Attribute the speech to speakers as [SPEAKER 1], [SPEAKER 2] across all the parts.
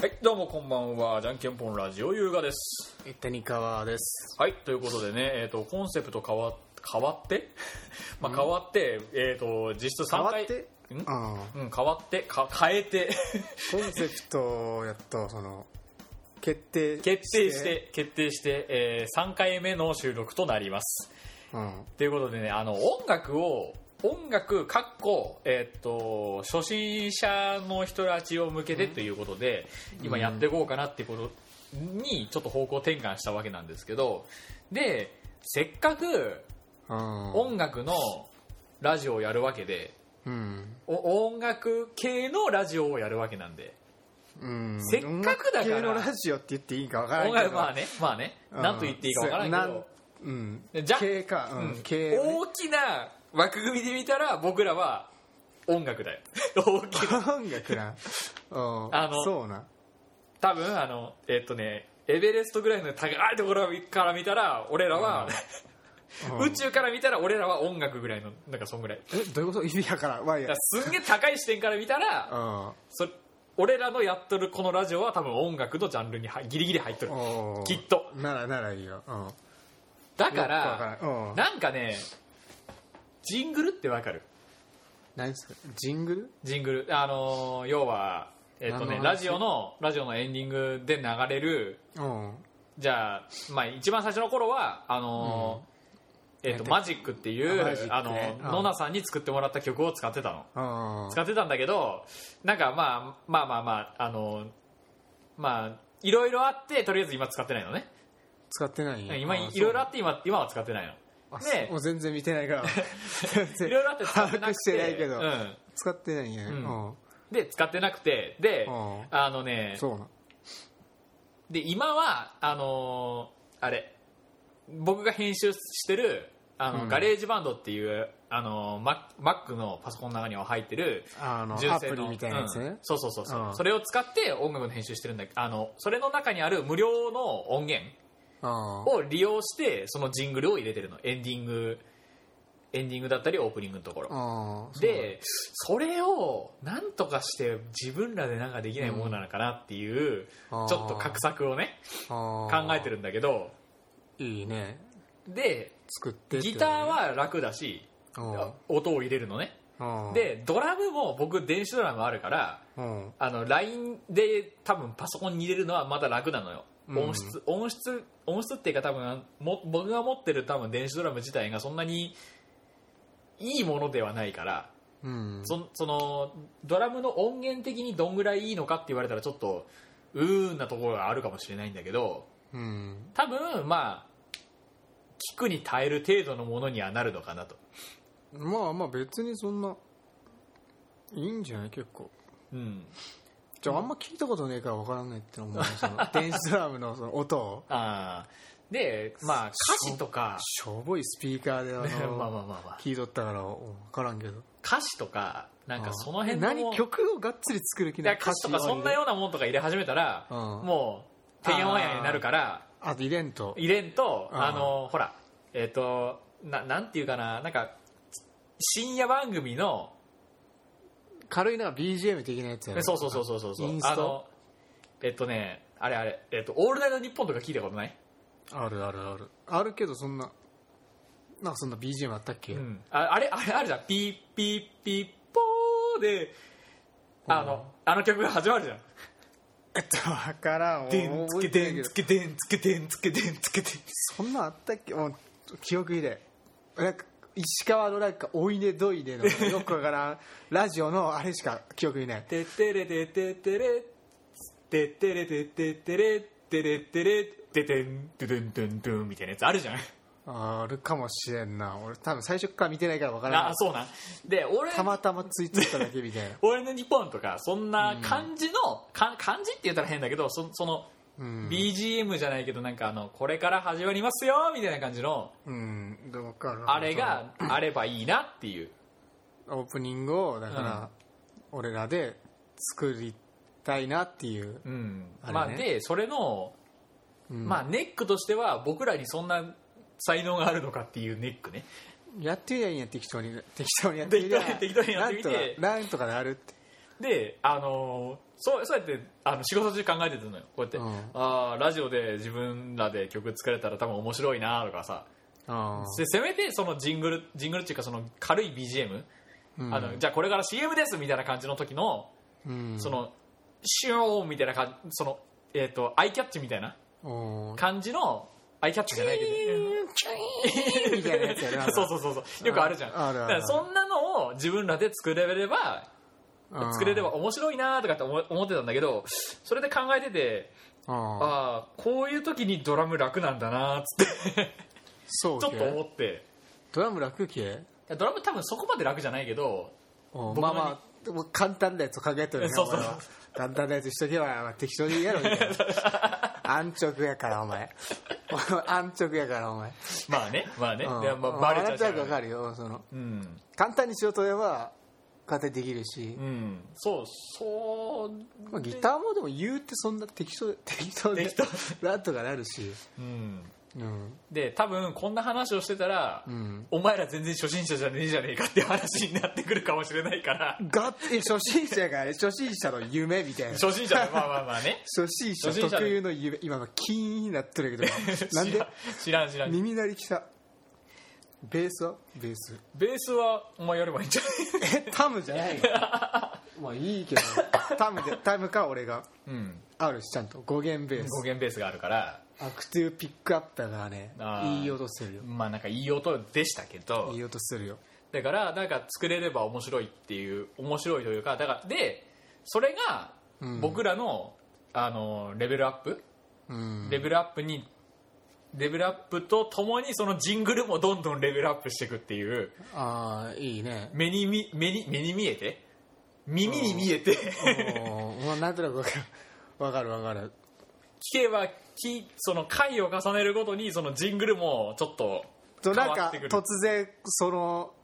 [SPEAKER 1] はい、どうもこんばんは。じゃんけんぽんラジオ優雅です。
[SPEAKER 2] 谷川です。
[SPEAKER 1] はい、ということでね、えっ、と、コンセプト変わ、変わって まあ変わって、えっ、と、実質
[SPEAKER 2] 変
[SPEAKER 1] 3
[SPEAKER 2] わ
[SPEAKER 1] 回。
[SPEAKER 2] って、
[SPEAKER 1] ん
[SPEAKER 2] ああ
[SPEAKER 1] うん、変わって、か変えて、
[SPEAKER 2] コンセプトやっと、その、決定して。
[SPEAKER 1] 決定して、決定して、え3回目の収録となります。
[SPEAKER 2] うん。
[SPEAKER 1] ということでね、あの、音楽を、音楽、かっこ、えっ、と、初心者の人たちを向けてということで、今やっていこうかなってことに、ちょっと方向転換したわけなんですけど、で、せっかく
[SPEAKER 2] うん。
[SPEAKER 1] 音楽のラジオをやるわけで、
[SPEAKER 2] うん。
[SPEAKER 1] お音楽系のラジオをやるわけなんで、
[SPEAKER 2] うん。
[SPEAKER 1] せっかくだから
[SPEAKER 2] 音楽系のラジオって言っていいかわから
[SPEAKER 1] 音
[SPEAKER 2] ない
[SPEAKER 1] 楽、
[SPEAKER 2] けど。
[SPEAKER 1] まあね、まあね、
[SPEAKER 2] うん
[SPEAKER 1] なんと言っていいかわからんけど、
[SPEAKER 2] そうやなんうん。
[SPEAKER 1] じゃ
[SPEAKER 2] 系か。う
[SPEAKER 1] うん
[SPEAKER 2] ん。系ね。
[SPEAKER 1] 大きな枠組みで見たら僕らは音楽だよ 大きな
[SPEAKER 2] 音楽な。うん。
[SPEAKER 1] あの
[SPEAKER 2] そうな。
[SPEAKER 1] 多分あのえっとねエベレストぐらいの高いところから見たら俺らは、
[SPEAKER 2] うん
[SPEAKER 1] 宇宙から見たら俺らは音楽ぐらいのなんかそんぐらい
[SPEAKER 2] え、どういうこと意味やから。わい
[SPEAKER 1] だから。
[SPEAKER 2] や
[SPEAKER 1] すんげえ高い視点から見た
[SPEAKER 2] う
[SPEAKER 1] ら
[SPEAKER 2] ん。
[SPEAKER 1] それ俺らのやっとるこのラジオは多分音楽のジャンルにはギリギリ入っとる
[SPEAKER 2] おー
[SPEAKER 1] きっと
[SPEAKER 2] なら、ならいいよ。うん。
[SPEAKER 1] だか
[SPEAKER 2] よく
[SPEAKER 1] ら
[SPEAKER 2] わからんうん。
[SPEAKER 1] なんかねジングルってわかる
[SPEAKER 2] 何それジングル
[SPEAKER 1] ジングルあのー要はえっ、とね
[SPEAKER 2] 何の話
[SPEAKER 1] ラジオのラジオのエンディングで流れる
[SPEAKER 2] うん。
[SPEAKER 1] じゃあ、まあ、一番最初の頃はあのーえっ、とマジックっていう
[SPEAKER 2] あマジックね
[SPEAKER 1] あの
[SPEAKER 2] うん
[SPEAKER 1] ノナさんに作ってもらった曲を使ってたの
[SPEAKER 2] うん。
[SPEAKER 1] 使ってたんだけどなんかまあまあまあまああのーまあいろいろあってとりあえず今使ってないのね
[SPEAKER 2] 使ってないんや
[SPEAKER 1] 今
[SPEAKER 2] あー
[SPEAKER 1] いろいろあって今今は使ってない の
[SPEAKER 2] あ
[SPEAKER 1] ね
[SPEAKER 2] そうもう全然見てな いから全
[SPEAKER 1] い
[SPEAKER 2] 然
[SPEAKER 1] ろいろあって使ってなく
[SPEAKER 2] 把握してないけど
[SPEAKER 1] うん
[SPEAKER 2] 使ってないんや、
[SPEAKER 1] う
[SPEAKER 2] うんん、
[SPEAKER 1] で使ってなくてで
[SPEAKER 2] うん
[SPEAKER 1] あのね
[SPEAKER 2] そうな
[SPEAKER 1] で今はあのーあれ僕が編集してるあの、
[SPEAKER 2] うん
[SPEAKER 1] ガレージバンドっていうあのーマ Mac のパソコンの中には入ってる
[SPEAKER 2] あの
[SPEAKER 1] 純
[SPEAKER 2] ア
[SPEAKER 1] 正
[SPEAKER 2] プ
[SPEAKER 1] の
[SPEAKER 2] リみたいなやつ
[SPEAKER 1] うん
[SPEAKER 2] ね、
[SPEAKER 1] そうそうそうそう、
[SPEAKER 2] うん
[SPEAKER 1] それを使って音楽の編集してるんだけどあのそれの中にある無料の音源
[SPEAKER 2] うん
[SPEAKER 1] を利用してそのジングルを入れてるのエンディングエンディングだったりオープニングのところ、
[SPEAKER 2] うんそう
[SPEAKER 1] でそれをなんとかして自分らでなんかできないものなのかなっていう、
[SPEAKER 2] うん
[SPEAKER 1] ちょっと画策をね
[SPEAKER 2] 考
[SPEAKER 1] 考えてるんだけど
[SPEAKER 2] いいね
[SPEAKER 1] で
[SPEAKER 2] 作ってって
[SPEAKER 1] ギ
[SPEAKER 2] こ
[SPEAKER 1] タ
[SPEAKER 2] と
[SPEAKER 1] ーは楽だし
[SPEAKER 2] ね
[SPEAKER 1] 音を入れるのね
[SPEAKER 2] うんうん
[SPEAKER 1] でドラムも僕電子ドラムあるから
[SPEAKER 2] うん
[SPEAKER 1] あの LINE で多分パソコンに入れるのはまだ楽なのよ
[SPEAKER 2] うん
[SPEAKER 1] 音質音質音質っていうか多分も僕が持ってる多分電子ドラム自体がそんなにいいものではないから
[SPEAKER 2] うん
[SPEAKER 1] そそのドラムの音源的にどんぐらいいいのかって言われたらちょっとうーんなところがあるかもしれないんだけど
[SPEAKER 2] うん
[SPEAKER 1] 多分まあ聞くに耐える程度のものにはなるのかなと
[SPEAKER 2] まあまあ別にそんないいんじゃない結構
[SPEAKER 1] うん
[SPEAKER 2] じゃああんま聞いたことねえから分からないって思うその電子ドラムのその 音を
[SPEAKER 1] ああでまあ歌詞とか
[SPEAKER 2] しょぼいスピーカーであ
[SPEAKER 1] まあ
[SPEAKER 2] の
[SPEAKER 1] まあまあまあ
[SPEAKER 2] 聞いとったから分からんけど
[SPEAKER 1] 歌詞とかなんかその辺のも
[SPEAKER 2] 何
[SPEAKER 1] ん
[SPEAKER 2] 曲をがっつり作る気
[SPEAKER 1] いや
[SPEAKER 2] ない
[SPEAKER 1] 歌詞とかそんなようなもんとか入れ始めたら
[SPEAKER 2] うん
[SPEAKER 1] もうてんやわんやになるから
[SPEAKER 2] あと入れんと
[SPEAKER 1] 入れんと
[SPEAKER 2] うん
[SPEAKER 1] あのほらえっとななんていうかななんか深夜番組の
[SPEAKER 2] 軽いな BGM 的なやつやろ
[SPEAKER 1] そうそうそうそうそうそう
[SPEAKER 2] インスト
[SPEAKER 1] あのえっとねあれあれえっと「オールナイトニッポン」とか聞いたことない
[SPEAKER 2] あるあるあるあるけどそんななんかそんな BGM あったっけ、
[SPEAKER 1] うん、ああれあれあるじゃんピーピーピーポーであの,、あの曲が始まるじゃん
[SPEAKER 2] えっと分から
[SPEAKER 1] 「
[SPEAKER 2] ん
[SPEAKER 1] でんつけでんつけ
[SPEAKER 2] 覚えてないけど
[SPEAKER 1] でんつけでんつけでんつけでん」
[SPEAKER 2] そんなんあったっけもう記憶入れなんか石川のなんかおいでどいでのよくわからんラジオのあれしか記憶にない
[SPEAKER 1] 「てってれてってってれてってれてってってれてれてれててんててんてんてん」みたいなやつあるじゃん
[SPEAKER 2] あるかもしれんな俺多分最初から見てないから分からん
[SPEAKER 1] あそうなんで俺
[SPEAKER 2] たまたまついてただけみたいな
[SPEAKER 1] 俺の日本とかそんな感じの、か感じって言ったら変だけどそその
[SPEAKER 2] うん
[SPEAKER 1] BGM じゃないけどなんかあのこれから始まりますよみたいな感じの
[SPEAKER 2] うんどうかな
[SPEAKER 1] あれがあればいいなっていう
[SPEAKER 2] オープニングをだから俺らで作りたいなっていう、
[SPEAKER 1] うん
[SPEAKER 2] あれね
[SPEAKER 1] まあでそれの、
[SPEAKER 2] うん
[SPEAKER 1] まあネックとしては僕らにそんな才能があるのかっていうネックね
[SPEAKER 2] やってみりゃいいんや適当に適当にやってみりゃ
[SPEAKER 1] 適当に適当にやってみて
[SPEAKER 2] なんとかなんとかなるって
[SPEAKER 1] であのそうそうやってあの仕事中考えてたのよこうやって、
[SPEAKER 2] うん
[SPEAKER 1] あーラジオで自分らで曲作れたら多分面白いなとかさ
[SPEAKER 2] あ
[SPEAKER 1] でせめてそのジングルジングルっていうかその軽い BGM、あのじゃあこれから CM ですみたいな感じの時のそのシューンみたいな感じその、えー、とアイキャッチみたいな
[SPEAKER 2] の
[SPEAKER 1] 感じのアイキャッチじゃないけど
[SPEAKER 2] みたいなやつや な
[SPEAKER 1] そう そうそうそうよくあるじゃん
[SPEAKER 2] ああるある
[SPEAKER 1] だからそんなのを自分らで作れれば作れれば面白いなとかって思思ってたんだけどそれで考えてて
[SPEAKER 2] ああ
[SPEAKER 1] ああこういう時にドラム楽なんだなっつって
[SPEAKER 2] そう
[SPEAKER 1] ちょっと思
[SPEAKER 2] け
[SPEAKER 1] って
[SPEAKER 2] ドラム楽系
[SPEAKER 1] ドラム多分そこまで楽じゃないけど
[SPEAKER 2] うん
[SPEAKER 1] 僕
[SPEAKER 2] ま
[SPEAKER 1] の
[SPEAKER 2] あまあでも簡単なやつを考えてるね
[SPEAKER 1] そうそう
[SPEAKER 2] お前は簡単なやつしとけばまあ適当にやろみ たいな安直やからお前安直やからお前
[SPEAKER 1] まあねまあね、
[SPEAKER 2] うん
[SPEAKER 1] いやまあ、バレちゃう
[SPEAKER 2] わ
[SPEAKER 1] か
[SPEAKER 2] からるよその
[SPEAKER 1] うん
[SPEAKER 2] 簡単にしようとれば簡単にできるし
[SPEAKER 1] う、んそうそう
[SPEAKER 2] まあ、ギターもでも言うってそんな適当適当で
[SPEAKER 1] 適当
[SPEAKER 2] なんとかなるし
[SPEAKER 1] うん
[SPEAKER 2] うん
[SPEAKER 1] で多分こんな話をしてたら、
[SPEAKER 2] うん
[SPEAKER 1] お前ら全然初心者じゃねえじゃねえかって話になってくるかもしれない から
[SPEAKER 2] がえ初心者やからね初心者の夢みたいな
[SPEAKER 1] 初心者のまあまあまあね
[SPEAKER 2] 初心者
[SPEAKER 1] 初心者
[SPEAKER 2] 特有の夢今のキーンになってる けどなんで
[SPEAKER 1] 知らん知らん知らん
[SPEAKER 2] 耳鳴りきたベースはベース
[SPEAKER 1] ベースはお前やればいいんじゃない
[SPEAKER 2] えタムじゃな いのまあいいけどタムでタムか俺が
[SPEAKER 1] うん
[SPEAKER 2] あるしちゃんと5弦ベー
[SPEAKER 1] 語
[SPEAKER 2] ス
[SPEAKER 1] 源ベースがあるから
[SPEAKER 2] アクティブピックアップがね
[SPEAKER 1] あー
[SPEAKER 2] いい音するよ
[SPEAKER 1] まあなんかいい音でしたけど
[SPEAKER 2] いい音するよ
[SPEAKER 1] だからなんか作れれば面白いっていう面白いというかだからでそれが
[SPEAKER 2] うん
[SPEAKER 1] 僕らの,、あのレベルアップ
[SPEAKER 2] うん
[SPEAKER 1] レベルアップにレベルアップとともにそのジングルもどんどんレベルアップしていくっていう
[SPEAKER 2] ああいいね
[SPEAKER 1] 目にみ目に目に見えて耳に見えて
[SPEAKER 2] おーまあなんとなくわかるわかるわかる
[SPEAKER 1] 聞けば聞その回を重ねるごとにそのジングルもちょっと変
[SPEAKER 2] となん
[SPEAKER 1] わっ
[SPEAKER 2] か
[SPEAKER 1] てくる
[SPEAKER 2] 突然その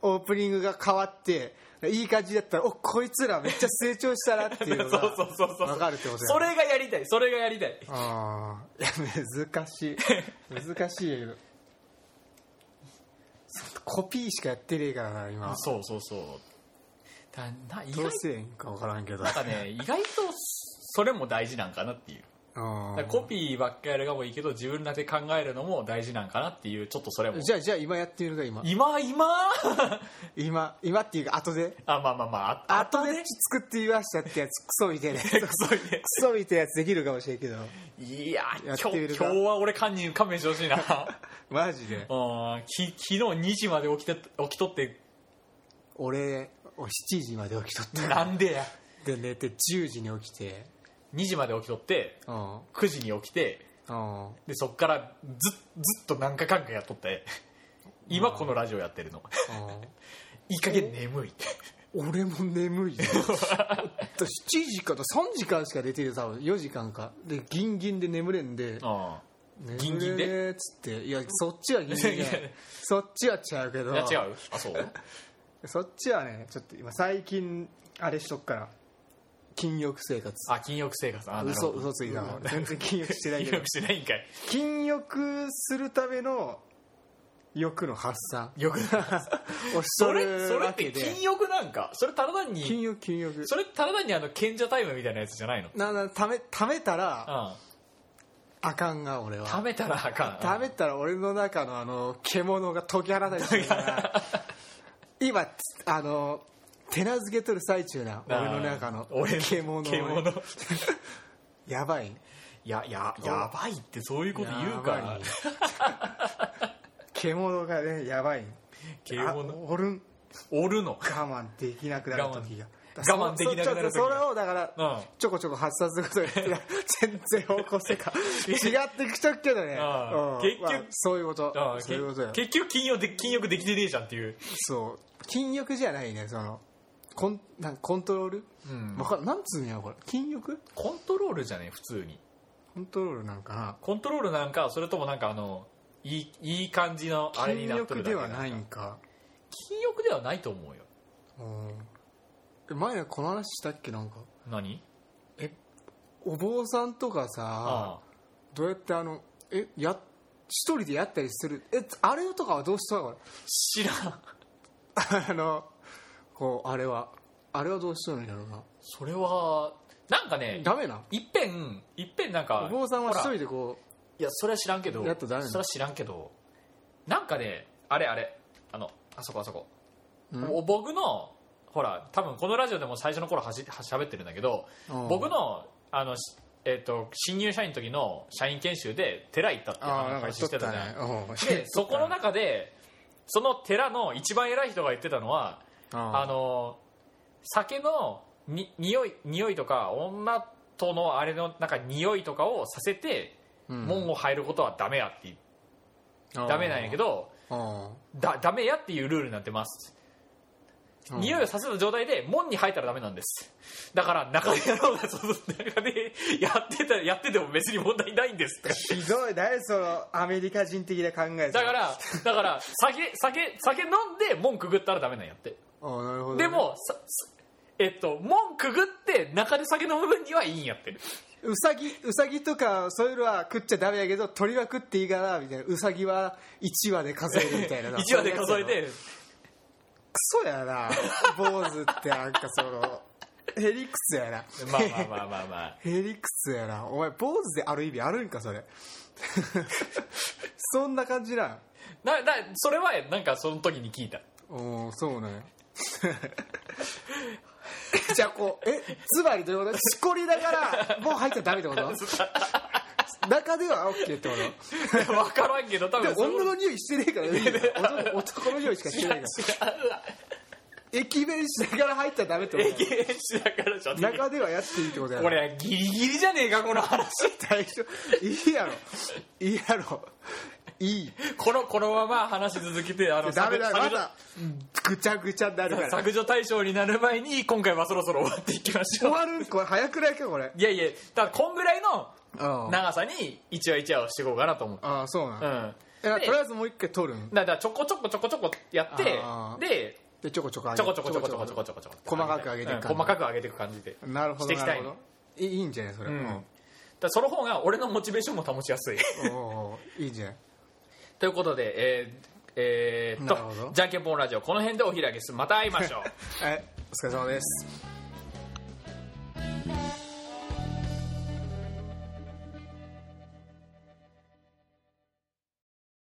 [SPEAKER 2] オープニングが変わっていい感じだったらおこいつらめっちゃ成長したなっていうの が
[SPEAKER 1] そうそうそうそう
[SPEAKER 2] わかるってことや
[SPEAKER 1] それがやりたいそれがやりたい
[SPEAKER 2] ああ難しい難しいやけどコピーしかやってねえからな今
[SPEAKER 1] そうそうそうだな意
[SPEAKER 2] ど
[SPEAKER 1] 外
[SPEAKER 2] うせええんか分からんけど
[SPEAKER 1] なんかね意外とそれも大事なんかなっていうだからコ
[SPEAKER 2] う
[SPEAKER 1] ピーばっかやるがもいいけど自分らで考えるのも大事なんかなっていうちょっとそれも
[SPEAKER 2] んじゃあじゃあ今やってみるか今
[SPEAKER 1] 今今
[SPEAKER 2] 今今っていうか後で
[SPEAKER 1] あまあまあまああ
[SPEAKER 2] 後で作ってみましたって やつクソみたいなやつク
[SPEAKER 1] そうね
[SPEAKER 2] ソみたいなやつできるかもしれんけど
[SPEAKER 1] いや
[SPEAKER 2] や
[SPEAKER 1] 今
[SPEAKER 2] っ
[SPEAKER 1] 日
[SPEAKER 2] てみ
[SPEAKER 1] 今
[SPEAKER 2] る
[SPEAKER 1] 日
[SPEAKER 2] か
[SPEAKER 1] は俺堪忍勘弁してほ しいな
[SPEAKER 2] マジで
[SPEAKER 1] うんき昨日2時まで起きて起きとって
[SPEAKER 2] 俺お7時まで起きとった
[SPEAKER 1] なんでや
[SPEAKER 2] で寝て10時に起きて
[SPEAKER 1] 2時まで起きとって
[SPEAKER 2] うん
[SPEAKER 1] 9時に起きて
[SPEAKER 2] うん
[SPEAKER 1] でそっからずずっと何回かんかやっとって今このラジオやってるのいい加減眠い
[SPEAKER 2] 俺も 眠いよ私7時から3時間しか寝てるよ多分4時間かでギンギンで眠れんで
[SPEAKER 1] あ
[SPEAKER 2] 眠れ
[SPEAKER 1] ギンギンで
[SPEAKER 2] ねーっつっていやそっちはギンギン
[SPEAKER 1] いやいや
[SPEAKER 2] でそっちは違うけど
[SPEAKER 1] いや違うあそう
[SPEAKER 2] そっちはねちょっと今最近あれしとくから禁欲生活
[SPEAKER 1] あ禁欲生活あなるほ
[SPEAKER 2] 嘘
[SPEAKER 1] ど
[SPEAKER 2] 嘘ついた
[SPEAKER 1] う
[SPEAKER 2] の
[SPEAKER 1] ん
[SPEAKER 2] 全然禁欲してない
[SPEAKER 1] 禁
[SPEAKER 2] けど
[SPEAKER 1] 欲してないんかい
[SPEAKER 2] 禁欲するための欲の発散
[SPEAKER 1] よくない
[SPEAKER 2] をし
[SPEAKER 1] そ
[SPEAKER 2] と
[SPEAKER 1] れそ
[SPEAKER 2] る
[SPEAKER 1] れっ
[SPEAKER 2] わ
[SPEAKER 1] て
[SPEAKER 2] けで
[SPEAKER 1] 禁欲なんかそれただ単
[SPEAKER 2] 禁
[SPEAKER 1] に
[SPEAKER 2] 欲禁欲
[SPEAKER 1] それただ単にあの賢者タイムみたいなやつじゃないの
[SPEAKER 2] ななためためたら
[SPEAKER 1] う
[SPEAKER 2] あかんが俺
[SPEAKER 1] ん食
[SPEAKER 2] は
[SPEAKER 1] べたらあかん
[SPEAKER 2] 食べたら俺の中のあの獣が解き放たれてるから今あの手なずけとる最中な
[SPEAKER 1] あー
[SPEAKER 2] 俺の中の
[SPEAKER 1] 俺の
[SPEAKER 2] 獣
[SPEAKER 1] 獣
[SPEAKER 2] やばい
[SPEAKER 1] いやややばいってそういうこと言うか
[SPEAKER 2] やば
[SPEAKER 1] ら
[SPEAKER 2] い獣がねやばいあ
[SPEAKER 1] 獣
[SPEAKER 2] おるん
[SPEAKER 1] おるの
[SPEAKER 2] 我慢できなくなる時が
[SPEAKER 1] 我慢できなくなる時が
[SPEAKER 2] そそそれをだから、
[SPEAKER 1] うん
[SPEAKER 2] ちょこちょこ発散することによって全然方向 性が違ってきちゃうけどね、
[SPEAKER 1] ああ結局
[SPEAKER 2] まあそういうこと
[SPEAKER 1] あ
[SPEAKER 2] そういうことよ
[SPEAKER 1] け結局禁欲で禁欲できてねえじゃんっていう
[SPEAKER 2] そう禁欲じゃないねそのコンなんかコントロール、
[SPEAKER 1] うん
[SPEAKER 2] わかんなんつうんやろこれ禁欲
[SPEAKER 1] コントロールじゃねえ普通に
[SPEAKER 2] コントロールなんかな
[SPEAKER 1] コントロールなんかそれともなんかあのいいいい感じのあれに
[SPEAKER 2] 禁
[SPEAKER 1] なっと
[SPEAKER 2] 欲
[SPEAKER 1] るだけだ
[SPEAKER 2] ではないんか
[SPEAKER 1] 禁欲ではないと思うよ
[SPEAKER 2] うん前この話したっけなんか
[SPEAKER 1] 何
[SPEAKER 2] お坊さんとかさ
[SPEAKER 1] あ
[SPEAKER 2] どうやってあのえや一人でやったりするえあれとかはどうしたのこれ
[SPEAKER 1] 知らん
[SPEAKER 2] あのこうあれはあれはどうしとるんやろうな
[SPEAKER 1] それはなんかね
[SPEAKER 2] ダメない
[SPEAKER 1] っぺんいっぺんなんか
[SPEAKER 2] お坊さんは一
[SPEAKER 1] ほら
[SPEAKER 2] 人でこ
[SPEAKER 1] いやそれは知らんけど
[SPEAKER 2] やっとダメなの
[SPEAKER 1] それは知らんけどなんかねあれあれあのあそこあそこ、
[SPEAKER 2] う、
[SPEAKER 1] お僕のほら多分このラジオでも最初の頃はしはしゃべってるんだけど、僕のあの、しえっと新入社員の時の社員研修で寺行ったっていう
[SPEAKER 2] ああなんか
[SPEAKER 1] 話
[SPEAKER 2] し
[SPEAKER 1] し
[SPEAKER 2] と
[SPEAKER 1] て
[SPEAKER 2] った
[SPEAKER 1] たじ
[SPEAKER 2] ね
[SPEAKER 1] ゃん、
[SPEAKER 2] うんしとったね
[SPEAKER 1] でそこの中でその寺の一番偉い人が言ってたのはあ
[SPEAKER 2] あ
[SPEAKER 1] の酒のに匂い匂いとか女とのあれのなんか匂いとかをさせて
[SPEAKER 2] の
[SPEAKER 1] 門を入ることはダメやって言ダメなんやけど
[SPEAKER 2] ど
[SPEAKER 1] だダメやっていうルールになってます匂いをさせた状態で門に入ったらダメなんですだから中でやろうがその中で やってたやってても別に問題ないんですとか
[SPEAKER 2] ひどい誰そのアメリカ人的な考え
[SPEAKER 1] だからだから酒酒酒飲んで門くぐったらダメなんやって
[SPEAKER 2] ああなるほどね
[SPEAKER 1] でもさすえっと門くぐって中で酒飲む分にはいいんやって
[SPEAKER 2] うさぎうさぎとかそういうのは食っちゃダメやけど鳥は食っていいからみたいなうさぎは1話で数えるみたいな
[SPEAKER 1] 1話で数えて
[SPEAKER 2] クソやな坊主ってなんかそのヘリクスやな
[SPEAKER 1] まあまあまあまあまあ
[SPEAKER 2] ヘリクスやなお前坊主である意味あるんかそれ そんな感じなん
[SPEAKER 1] ななそれはなんかその時に聞い た
[SPEAKER 2] おおそうね じゃあこうえつまりどういうことしこりだからもう入っちゃダメってこと中では OK ってこと
[SPEAKER 1] 分からんけど多
[SPEAKER 2] で
[SPEAKER 1] 分
[SPEAKER 2] も
[SPEAKER 1] そう
[SPEAKER 2] 女の匂いしてねえからね男男の匂いしかして ないから駅弁しながら入っちゃダメってこ
[SPEAKER 1] 経験しながらじゃ
[SPEAKER 2] と
[SPEAKER 1] ねえ
[SPEAKER 2] 中ではやっていいってことやな
[SPEAKER 1] これギリギリじゃねえかこの話
[SPEAKER 2] 大丈夫いいやろいいやろいい
[SPEAKER 1] このこのまま話し続けてあの
[SPEAKER 2] ダメだま
[SPEAKER 1] 削除
[SPEAKER 2] だぐちゃぐちゃになるから
[SPEAKER 1] 削除対象になる前に今回はそろそろ終わっていきまし
[SPEAKER 2] 終
[SPEAKER 1] ょう
[SPEAKER 2] わるこれ早くないかこれ
[SPEAKER 1] いやいやだからこんぐらいの
[SPEAKER 2] あ
[SPEAKER 1] 長さに一話一話をしていこうかなと思って
[SPEAKER 2] ああそうなん
[SPEAKER 1] う、ん
[SPEAKER 2] えと
[SPEAKER 1] で
[SPEAKER 2] りあえずもう一回撮るん
[SPEAKER 1] だからちょこちょこちょこちょこやって
[SPEAKER 2] あー
[SPEAKER 1] で
[SPEAKER 2] でちょこちょこ上
[SPEAKER 1] ち
[SPEAKER 2] げ
[SPEAKER 1] ょこちょこちょこちょこちょこ
[SPEAKER 2] ち
[SPEAKER 1] ちょこちょこ
[SPEAKER 2] 細かく上げていく感
[SPEAKER 1] うん
[SPEAKER 2] じ
[SPEAKER 1] 細かく上げていく感じで
[SPEAKER 2] ょこなるほ
[SPEAKER 1] して
[SPEAKER 2] ど
[SPEAKER 1] いき
[SPEAKER 2] な
[SPEAKER 1] た
[SPEAKER 2] る
[SPEAKER 1] い
[SPEAKER 2] ほ
[SPEAKER 1] の
[SPEAKER 2] どいいいいんじゃないそれ、
[SPEAKER 1] うん
[SPEAKER 2] うん
[SPEAKER 1] だからその方が俺のモチベーションも保ちやすい
[SPEAKER 2] おーいいんじゃない
[SPEAKER 1] ということでえーえーっ
[SPEAKER 2] なるほ
[SPEAKER 1] と
[SPEAKER 2] ど
[SPEAKER 1] じゃんけんぽんラジオこの辺でお開きですまた会いましょう
[SPEAKER 2] はいお疲れ様です